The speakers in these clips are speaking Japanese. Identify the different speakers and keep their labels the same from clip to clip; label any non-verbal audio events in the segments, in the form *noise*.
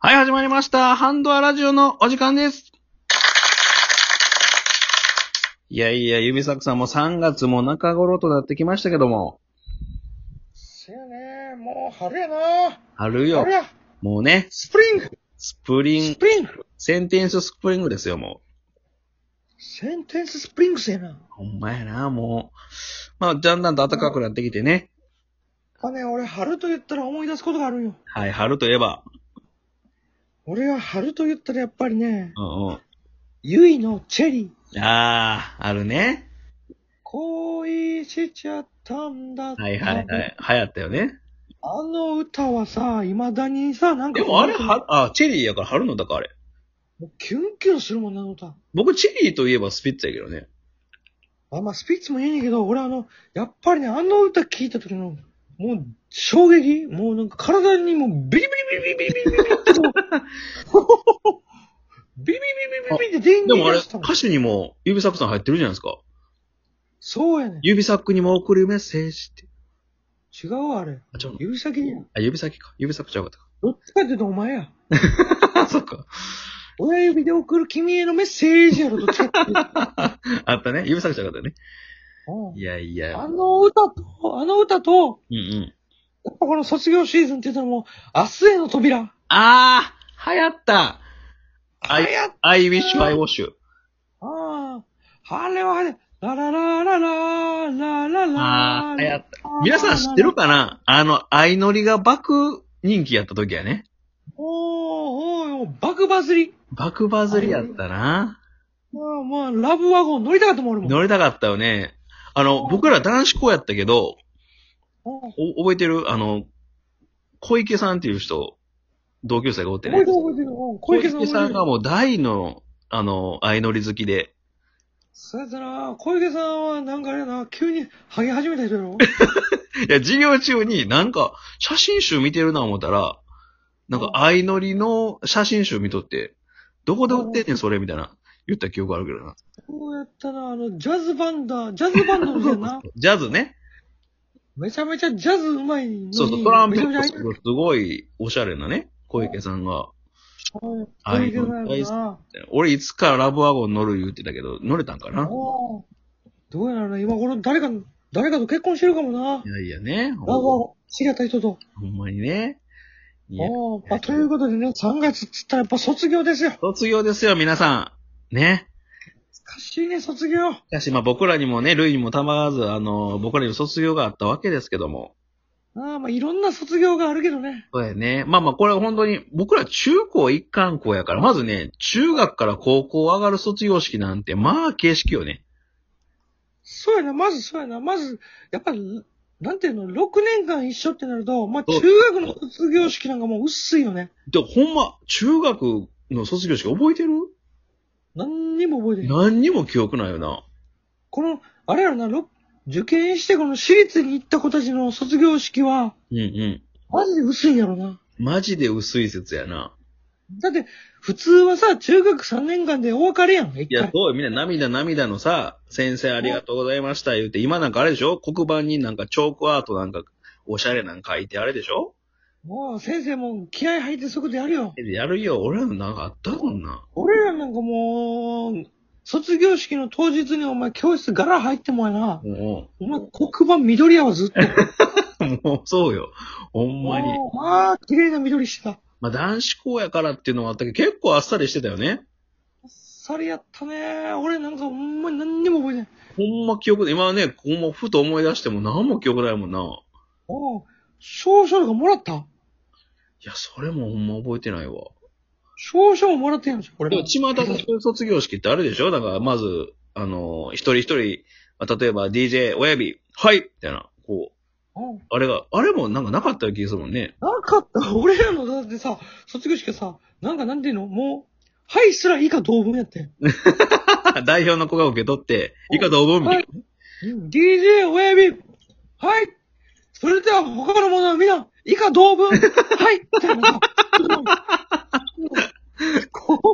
Speaker 1: はい、始まりました。ハンドアラジオのお時間です。いやいや、指作さんも3月も中頃となってきましたけども。
Speaker 2: せやねもう春やな
Speaker 1: 春よ
Speaker 2: 春。や
Speaker 1: もうね、
Speaker 2: スプリング
Speaker 1: スプリン
Speaker 2: ス、プリング
Speaker 1: センテンススプリングですよ、も
Speaker 2: センテンススプリングスやな
Speaker 1: う。ほんまやな、もう。まあ、だんだんと暖かくなってきてね。
Speaker 2: あね、俺春と言ったら思い出すことがあるんよ。
Speaker 1: はい、春といえば。
Speaker 2: 俺は春と言ったらやっぱりね、
Speaker 1: うんうん。
Speaker 2: ゆいのチェリー。
Speaker 1: あー、あるね。
Speaker 2: 恋しちゃったんだ。
Speaker 1: はいはいはい。流行ったよね。
Speaker 2: あの歌はさ、未だにさ、なんか。
Speaker 1: でもあれ、
Speaker 2: も
Speaker 1: は、あ、チェリーやから春のだからあれ。
Speaker 2: うキュンキュンするもんな、あの歌。
Speaker 1: 僕、チェリーといえばスピッツやけどね。
Speaker 2: あ、まあ、スピッツもいいねんけど、俺あの、やっぱりね、あの歌聞いた時の、もう、衝撃もうなんか体にもうビリビリビリビリビリビリってこうビリビリビリビリって電
Speaker 1: で
Speaker 2: 源
Speaker 1: もあれ、
Speaker 2: 出したもん
Speaker 1: 歌手にも指サックさん入ってるじゃないですか。
Speaker 2: そうやねん。
Speaker 1: 指サックにも送るメッセージって。
Speaker 2: 違うわあれ。
Speaker 1: あ、ちょ
Speaker 2: 指先にや。
Speaker 1: あ、指先か。指サックちゃうかっ
Speaker 2: どっちかっていうとお前や。
Speaker 1: た *laughs* か。あ、そっか。
Speaker 2: 親指で送る君へのメッセージやろ、どっちかっていうと。
Speaker 1: あったね。指サックちゃうかったね。
Speaker 2: うん
Speaker 1: いやい
Speaker 2: あ
Speaker 1: や。
Speaker 2: の歌と、あの歌と、
Speaker 1: うんうん。
Speaker 2: やっぱこの卒業シーズンって言ったらもう、明日への扉。
Speaker 1: あー、流行った。
Speaker 2: あ
Speaker 1: I,
Speaker 2: や
Speaker 1: I wish I wash you.
Speaker 2: ああ、あれはあれ、ラララララララ
Speaker 1: あ
Speaker 2: ラ
Speaker 1: ー、流行った。皆さん知ってるかなあの、相乗りが爆人気やった時やね。
Speaker 2: おーおーおー、バクバズり。
Speaker 1: 爆バズりやったな。
Speaker 2: まあまあ、ラブワゴン乗りたかったもん、俺も。
Speaker 1: 乗りたかったよね。あの、僕ら男子校やったけど、
Speaker 2: うん
Speaker 1: お覚えてるあの、小池さんっていう人、同級生がおって
Speaker 2: 覚えて
Speaker 1: ね
Speaker 2: る。覚えてる。うん小池さん。
Speaker 1: がもう大の、あの、相乗り好きで。
Speaker 2: そうやったな、小池さんはなんかあれやな、急にハゲ始めた人や *laughs* ろ。
Speaker 1: いや、授業中になんか、写真集見てるな思ったら、なんか相乗りの写真集見とって、どこで売ってんねんそれみたいな。言った記憶あるけどな。
Speaker 2: そうやったな、あの、ジャズバンダー、ジャズバンドみたいな。
Speaker 1: ジャズね。
Speaker 2: *laughs* めちゃめちゃジャズうまいのに。
Speaker 1: そうそう、トランペッ
Speaker 2: め
Speaker 1: ト
Speaker 2: ち
Speaker 1: す
Speaker 2: ゃめち
Speaker 1: るすごいおしゃれなね、小池さんが。
Speaker 2: ゃうん小池さんやったな。
Speaker 1: 俺いつからラブワゴン乗る言ってたけど、乗れたんかな
Speaker 2: おーどうやらね、今頃誰か、誰かと結婚してるかもな。
Speaker 1: いやいやね。
Speaker 2: ラブワゴン、違った人と。
Speaker 1: ほんまにね。いや、
Speaker 2: おーまあ、ということでね、3月っつったらやっぱ卒業ですよ。
Speaker 1: 卒業ですよ、皆さん。ね。
Speaker 2: 懐かしいね、卒業。
Speaker 1: しかし、まあ僕らにもね、ルイにもたまらず、あの、僕らにも卒業があったわけですけども。
Speaker 2: ああ、まあ、いろんな卒業があるけどね。
Speaker 1: そうやね。まあまあ、これは本当に、僕ら中高一貫校やから、まずね、中学から高校上がる卒業式なんて、まあ、形式よね。
Speaker 2: そうやな、まずそうやな、まず、やっぱ、なんていうの、6年間一緒ってなると、まあ、
Speaker 1: そう
Speaker 2: 中学の卒業式なんかもう薄いよね。
Speaker 1: で、ほんま、中学の卒業式覚えてる
Speaker 2: 何にも覚えてない。
Speaker 1: 何にも記憶ないよな。
Speaker 2: この、あれやろな、ろ受験してこの私立に行った子たちの卒業式は、
Speaker 1: うんうん。
Speaker 2: マジで薄いんやろな。
Speaker 1: マジで薄い説やな。
Speaker 2: だって、普通はさ、中学3年間でお別れやん、
Speaker 1: い
Speaker 2: 一
Speaker 1: や、
Speaker 2: 回。
Speaker 1: そうよみんな涙涙のさ、先生ありがとうございました言うて、今なんかあれでしょ黒板になんかチョークアートなんか、おしゃれなんか書いてあれでしょ
Speaker 2: もう、先生も気合入ってそういうことやるよ。
Speaker 1: やるよ、俺らのなんかあったこんな。
Speaker 2: 俺らなんかもう、卒業式の当日にお前教室柄入ってもやな。
Speaker 1: も
Speaker 2: お前黒板緑やわずっと。
Speaker 1: う、 *laughs* もうそうよ。ほんまに。
Speaker 2: もうああ、綺麗な緑してた。
Speaker 1: まあ男子校やからっていうのもあったけど、結構あっさりしてたよね。
Speaker 2: それやったね。俺なんかほんまに何にも覚えてない。
Speaker 1: ほんま記憶で、今はね、ほんまふと思い出しても何も記憶ないもんな。い
Speaker 2: おう少々がもらった
Speaker 1: や、それもほんま覚えてないわ。
Speaker 2: 少々ももらってんのじゃん、俺
Speaker 1: で
Speaker 2: *laughs*
Speaker 1: も、巷のそういう卒業式ってあるでしょだから、まず、あの、一人一人、まあ例えば DJ 親指、はいみたいな、こう、
Speaker 2: うん
Speaker 1: あれが、あれもなんかなかったような気がするもんね。 *laughs*
Speaker 2: なかった。 *laughs* 俺らのだってさ、卒業式はさ、なんかなんていうのもう、はいすら以下同文やってん。
Speaker 1: 代表の子が受け取って、以下同文みたいな。
Speaker 2: DJ 親指、はい。それでは他のものは皆、以下
Speaker 1: *laughs*
Speaker 2: 同文、はい。みたいなさ。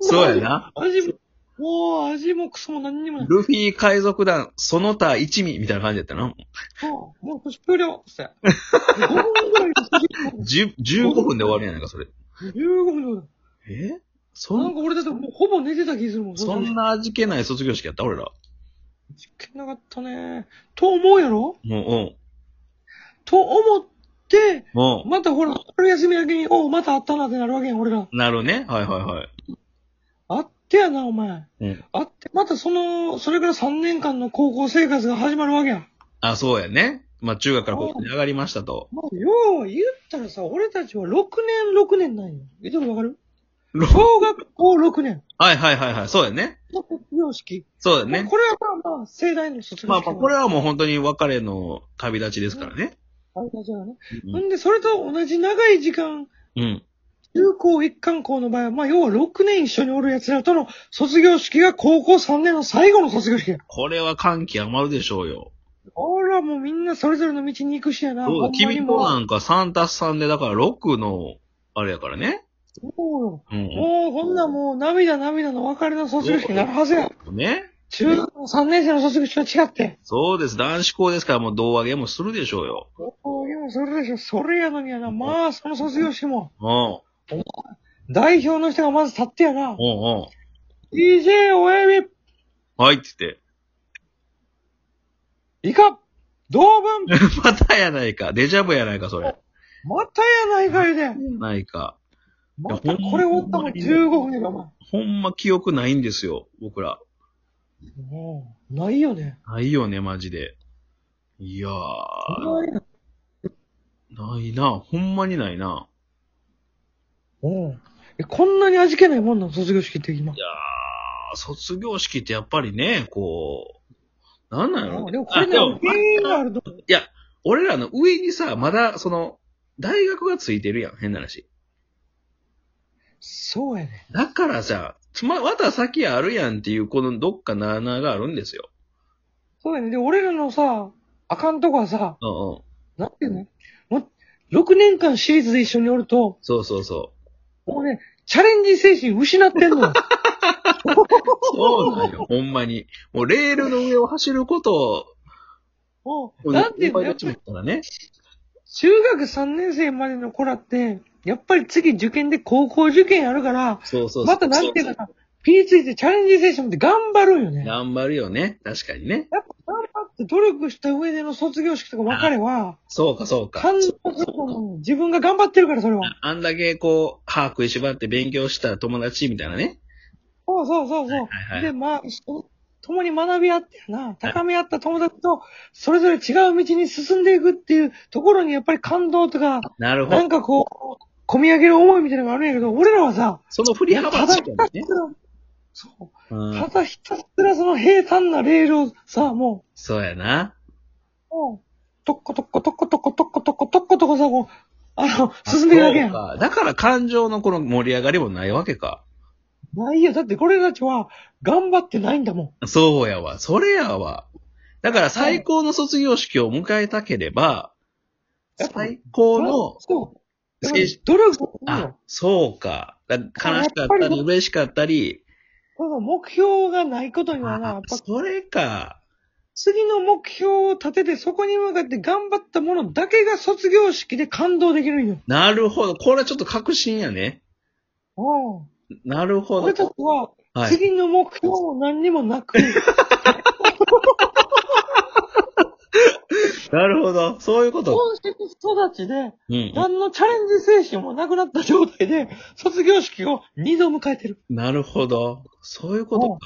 Speaker 1: そうや。な。
Speaker 2: 味も、もう味もクソも何にもない。
Speaker 1: ルフィ海賊団、その他一味みたいな感じだったな。
Speaker 2: もう、もう終了。って。5分ぐらいで
Speaker 1: 10 15分で終わるやないか、それ。
Speaker 2: 15分でも
Speaker 1: えそ
Speaker 2: なん
Speaker 1: ん、
Speaker 2: か俺だってもうほぼ寝てた気するもん。
Speaker 1: そんな味気ない卒業式やった俺ら。
Speaker 2: 時間なかったね。と思うやろ
Speaker 1: も
Speaker 2: と思って、
Speaker 1: う、うん。も
Speaker 2: またほら、春休み明けに、おうまた会ったなってなるわけやん、俺ら。
Speaker 1: う、なるね。はいはいはい。
Speaker 2: 会ってやな、お前。
Speaker 1: うん。
Speaker 2: 会って、またその、それから3年間の高校生活が始まるわけやん。
Speaker 1: あ、そうやね。まあ、中学から高校に上がりましたと。
Speaker 2: まあ、要は言ったらさ、俺たちは6年6年なんよ。言うとるわかる
Speaker 1: ろ
Speaker 2: 小学校6年
Speaker 1: はいはいはいはい。そうやね。
Speaker 2: の卒業式。
Speaker 1: そうや
Speaker 2: まあ
Speaker 1: ね。
Speaker 2: これはまあまあ、盛大な卒業
Speaker 1: まあ、
Speaker 2: 式。
Speaker 1: まあこれはもう本当に別れの旅立ちですからね。
Speaker 2: あれだじゃあね。
Speaker 1: うん
Speaker 2: ほんで、それと同じ長い時間、
Speaker 1: うん。
Speaker 2: 中高一貫校の場合は、まあ、要は6年一緒におる奴らとの卒業式が高校3年の最後の卒業式や。
Speaker 1: これは歓喜余るでしょうよ。
Speaker 2: ほら、もうみんなそれぞれの道に行くしやな。
Speaker 1: そう
Speaker 2: ほ
Speaker 1: だ
Speaker 2: んまに
Speaker 1: 君と
Speaker 2: もう
Speaker 1: なんか3たす3で、だから6の、あれやからね。
Speaker 2: も
Speaker 1: う
Speaker 2: う、
Speaker 1: ん。
Speaker 2: もうこんなんもう涙涙の別れの卒業式になるはずや。
Speaker 1: ね。
Speaker 2: 中学の3年生の卒業式と違って。
Speaker 1: そうです。男子校ですからもう胴上げもするでしょうよ。
Speaker 2: おーでもそれでしょ、それやのにやな。まあ、その卒業式も、
Speaker 1: うん。
Speaker 2: 代表の人がまず立ってやな。
Speaker 1: うんうん。
Speaker 2: DJ 親指、
Speaker 1: はいって言って。 *laughs*
Speaker 2: 以下、同文、
Speaker 1: またやないか。デジャブやないか、それ。
Speaker 2: またやないかいで。
Speaker 1: ないか。
Speaker 2: またこれおったもん15分やで、お前。
Speaker 1: ほんま記憶ないんですよ、僕ら。
Speaker 2: もう、ないよね。
Speaker 1: ないよね、マジで。いやー、ないな。ほんまにないな。
Speaker 2: うん。え、こんなに味気ないもんなん、卒業式って今
Speaker 1: い。やー、卒業式ってやっぱりね、こう、なんなんやろ
Speaker 2: うんでもこれね、
Speaker 1: あでも
Speaker 2: 原因があると。
Speaker 1: いや、俺らの上にさ、まだ、その、大学がついてるやん、変な話。
Speaker 2: そうやね。
Speaker 1: だからさ、つま、また先あるやんっていう、このどっかなながあるんですよ。
Speaker 2: そうやね。で、俺らのさ、あかんとこはさ、
Speaker 1: うんうん。
Speaker 2: なんていうのもう、6年間シリーズで一緒におると、
Speaker 1: そうそうそう。
Speaker 2: もうね、チャレンジ精神失ってんの
Speaker 1: *laughs*
Speaker 2: よ。
Speaker 1: そうなん
Speaker 2: *laughs*
Speaker 1: よ、ほんまに。もうレールの上を走ることを、
Speaker 2: も
Speaker 1: も
Speaker 2: う、
Speaker 1: う
Speaker 2: なんていう
Speaker 1: 先輩
Speaker 2: のやったぱ
Speaker 1: ちも
Speaker 2: り
Speaker 1: 言ったらね。
Speaker 2: 中学3年生までの子らって、やっぱり次受験で高校受験やるから、
Speaker 1: そうそうそう。
Speaker 2: またなんていうのかな、ピリついてチャレンジ精神持って頑張るんよね。
Speaker 1: 頑張るよね。確かにね。
Speaker 2: やっぱ頑張って努力した上での卒業式とか別れは、
Speaker 1: そうか、そうか。
Speaker 2: 感動すると思う自分が頑張ってるから、それは。
Speaker 1: あんだけこう、歯食いしばって勉強した友達みたいなね。
Speaker 2: そうそうそうそう、
Speaker 1: はいはい
Speaker 2: で、まあ、そ共に学び合ってやな、高め合った友達と、それぞれ違う道に進んでいくっていうところに、やっぱり感動とか、
Speaker 1: なるほ
Speaker 2: なん
Speaker 1: ど。
Speaker 2: かこう、込み上げる思いみたいなのがあるんやけど、俺らはさ、
Speaker 1: その振り幅
Speaker 2: ただ
Speaker 1: し
Speaker 2: ひ
Speaker 1: か
Speaker 2: たす
Speaker 1: ね
Speaker 2: ら。、そうう、
Speaker 1: ん
Speaker 2: ただひたすらその平坦なレールをさ、も
Speaker 1: そうやな。
Speaker 2: う、もう、とっことっことっことっことっことっことっことこさ、こう、あの、進んでいくだけや
Speaker 1: そ。う
Speaker 2: ん
Speaker 1: かだから感情のこの盛り上がりもないわけか。
Speaker 2: ないよ。だってこれたちは頑張ってないんだもん。
Speaker 1: そうやわ。それやわ。だから最高の卒業式を迎えたければ、
Speaker 2: はい
Speaker 1: 最高の
Speaker 2: そう。だから
Speaker 1: 青春、
Speaker 2: 努力をする
Speaker 1: あ
Speaker 2: よ。、
Speaker 1: そうか。だ悲しかったり嬉しかったり、
Speaker 2: この目標がないことにはな、や
Speaker 1: あ
Speaker 2: っぱ
Speaker 1: それか。
Speaker 2: 次の目標を立ててそこに向かって頑張ったものだけが卒業式で感動できるんよ。
Speaker 1: なるほど。これはちょっと確信やね。
Speaker 2: うん。
Speaker 1: なるほ
Speaker 2: 俺
Speaker 1: ど。
Speaker 2: たちは
Speaker 1: はい。
Speaker 2: 次の目標も何にもなく、
Speaker 1: なるほど。そういうこと。
Speaker 2: 本質育ちで、
Speaker 1: うん。
Speaker 2: 何のチャレンジ精神もなくなった状態で、卒業式を二度迎えてる。
Speaker 1: なるほど。そういうことか。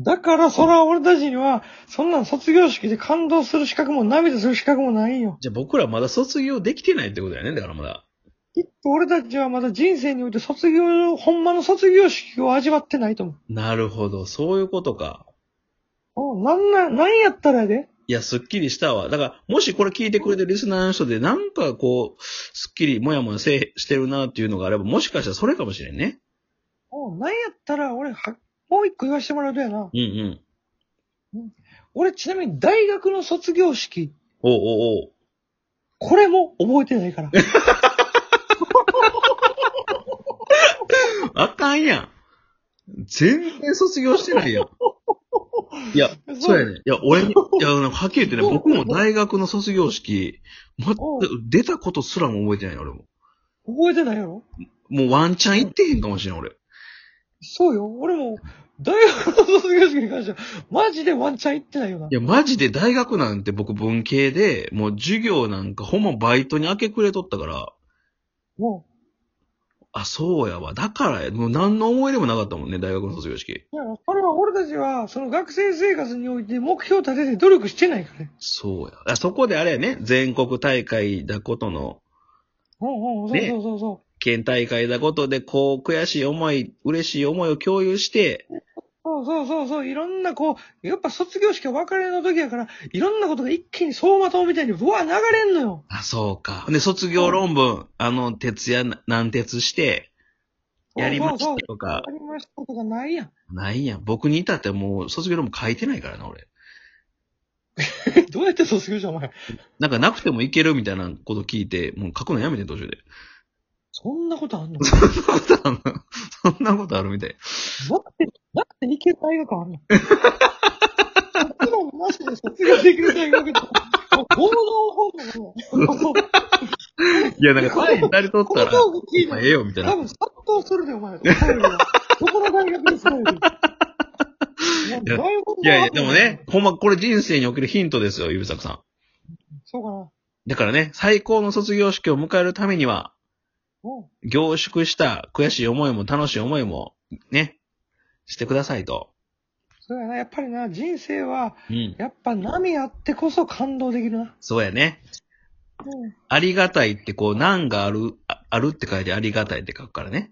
Speaker 2: だから、それは俺たちには、そんなん卒業式で感動する資格も涙する資格もないよ。
Speaker 1: じゃあ僕らまだ卒業できてないってことだよね。だからまだ。
Speaker 2: きっと俺たちはまだ人生において卒業、ほんまの卒業式を味わってないと思
Speaker 1: なるほど。そういうことか。
Speaker 2: う。うんなんな、なんやったらやで。
Speaker 1: いや、すっきりしたわ。だから、もしこれ聞いてくれてるリスナーの人で、なんかこう、すっきり、もやもやせしてるなっていうのがあれば、もしかしたらそれかもしれんね。
Speaker 2: うんなんやったら俺は、もう一個言わせてもらうとやな。
Speaker 1: うんうん。
Speaker 2: 俺ちなみに大学の卒業式、
Speaker 1: おうおうおう
Speaker 2: これも覚えて
Speaker 1: *laughs*
Speaker 2: ないから。
Speaker 1: あかんやん。全然卒業してない *laughs* やん。いや、そうやね。いや、俺に、いや、なんかはっきり言ってね、僕も大学の卒業式、全く出たことすらも覚えてないの、俺も。
Speaker 2: 覚えてないやろ
Speaker 1: もうワンチャン行ってへんかもしれん、俺。
Speaker 2: そうよ。俺も、大学の卒業式に関しては、マジでワンチャン行ってないよ
Speaker 1: い
Speaker 2: な。
Speaker 1: や、マジで大学なんて僕文系で、もう授業なんかほぼバイトに明け暮れとったから、
Speaker 2: も
Speaker 1: あ、そうやわ。だからや、もう何の思い出もなかったもんね、大学の卒業式。
Speaker 2: う、いや、これは俺たちは、その学生生活において目標立てて努力してないからね。
Speaker 1: そうや。あそこであれやね、全国大会だことの、
Speaker 2: うんうん、そう
Speaker 1: ね
Speaker 2: そうそうそう。
Speaker 1: 県大会だことで、こう、悔しい思い、嬉しい思いを共有して、
Speaker 2: そうそうそうそう、いろんなこう、やっぱ卒業式は別れの時やから、いろんなことが一気に走馬灯みたいに、うわ、流れんのよ。
Speaker 1: あ、そうか。で、卒業論文、あの、徹夜な、難徹して、やりまし
Speaker 2: そう
Speaker 1: た
Speaker 2: そ
Speaker 1: と
Speaker 2: う
Speaker 1: か
Speaker 2: そう、やりましたとかないやん。
Speaker 1: ないやん。僕に至ってはもう卒業論文書いてないからな、俺。
Speaker 2: えどうやって卒業したお前。
Speaker 1: なんかなくてもいけるみたいなこと聞いて、もう書くのやめてん途中で。
Speaker 2: そんなことあんの
Speaker 1: そんなことあるのそんなことあるみたい。
Speaker 2: なくて、なくて行ける大学あんの卒論なしで卒業できる大学って、もう、合同本能だね。
Speaker 1: いや、なんか、前に誰とっ
Speaker 2: こ
Speaker 1: た
Speaker 2: の
Speaker 1: ら、
Speaker 2: トーク聞い
Speaker 1: まあ
Speaker 2: て
Speaker 1: ええよ、みたいな。
Speaker 2: 多
Speaker 1: い
Speaker 2: 分殺到するで、お前。答えがどこの大学にするの
Speaker 1: やいや、でもね、。ほんま、これ人生におけるヒントですよ、ゆうさくさん。
Speaker 2: そうかな。
Speaker 1: だからね、最高の卒業式を迎えるためには、
Speaker 2: うん
Speaker 1: 凝縮した悔しい思いも楽しい思いも、ね、してくださいと。
Speaker 2: そうやな。やっぱりな、人生は、
Speaker 1: うん。
Speaker 2: やっぱ波あってこそ感動できるな。
Speaker 1: そうやね。
Speaker 2: うん。
Speaker 1: ありがたいって、こう、難がある、ああるって書いてありがたいって書くからね。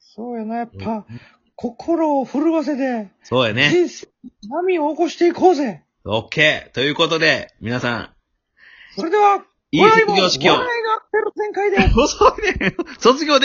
Speaker 2: そうやな。やっぱ、心を震わせて、
Speaker 1: そうやね。
Speaker 2: 人生、波を起こしていこうぜ。
Speaker 1: オッケーということで、皆さん、
Speaker 2: それでは、
Speaker 1: いい卒業式を *laughs*
Speaker 2: 笑いも笑いがアクセル全開で。
Speaker 1: 遅いね。卒業で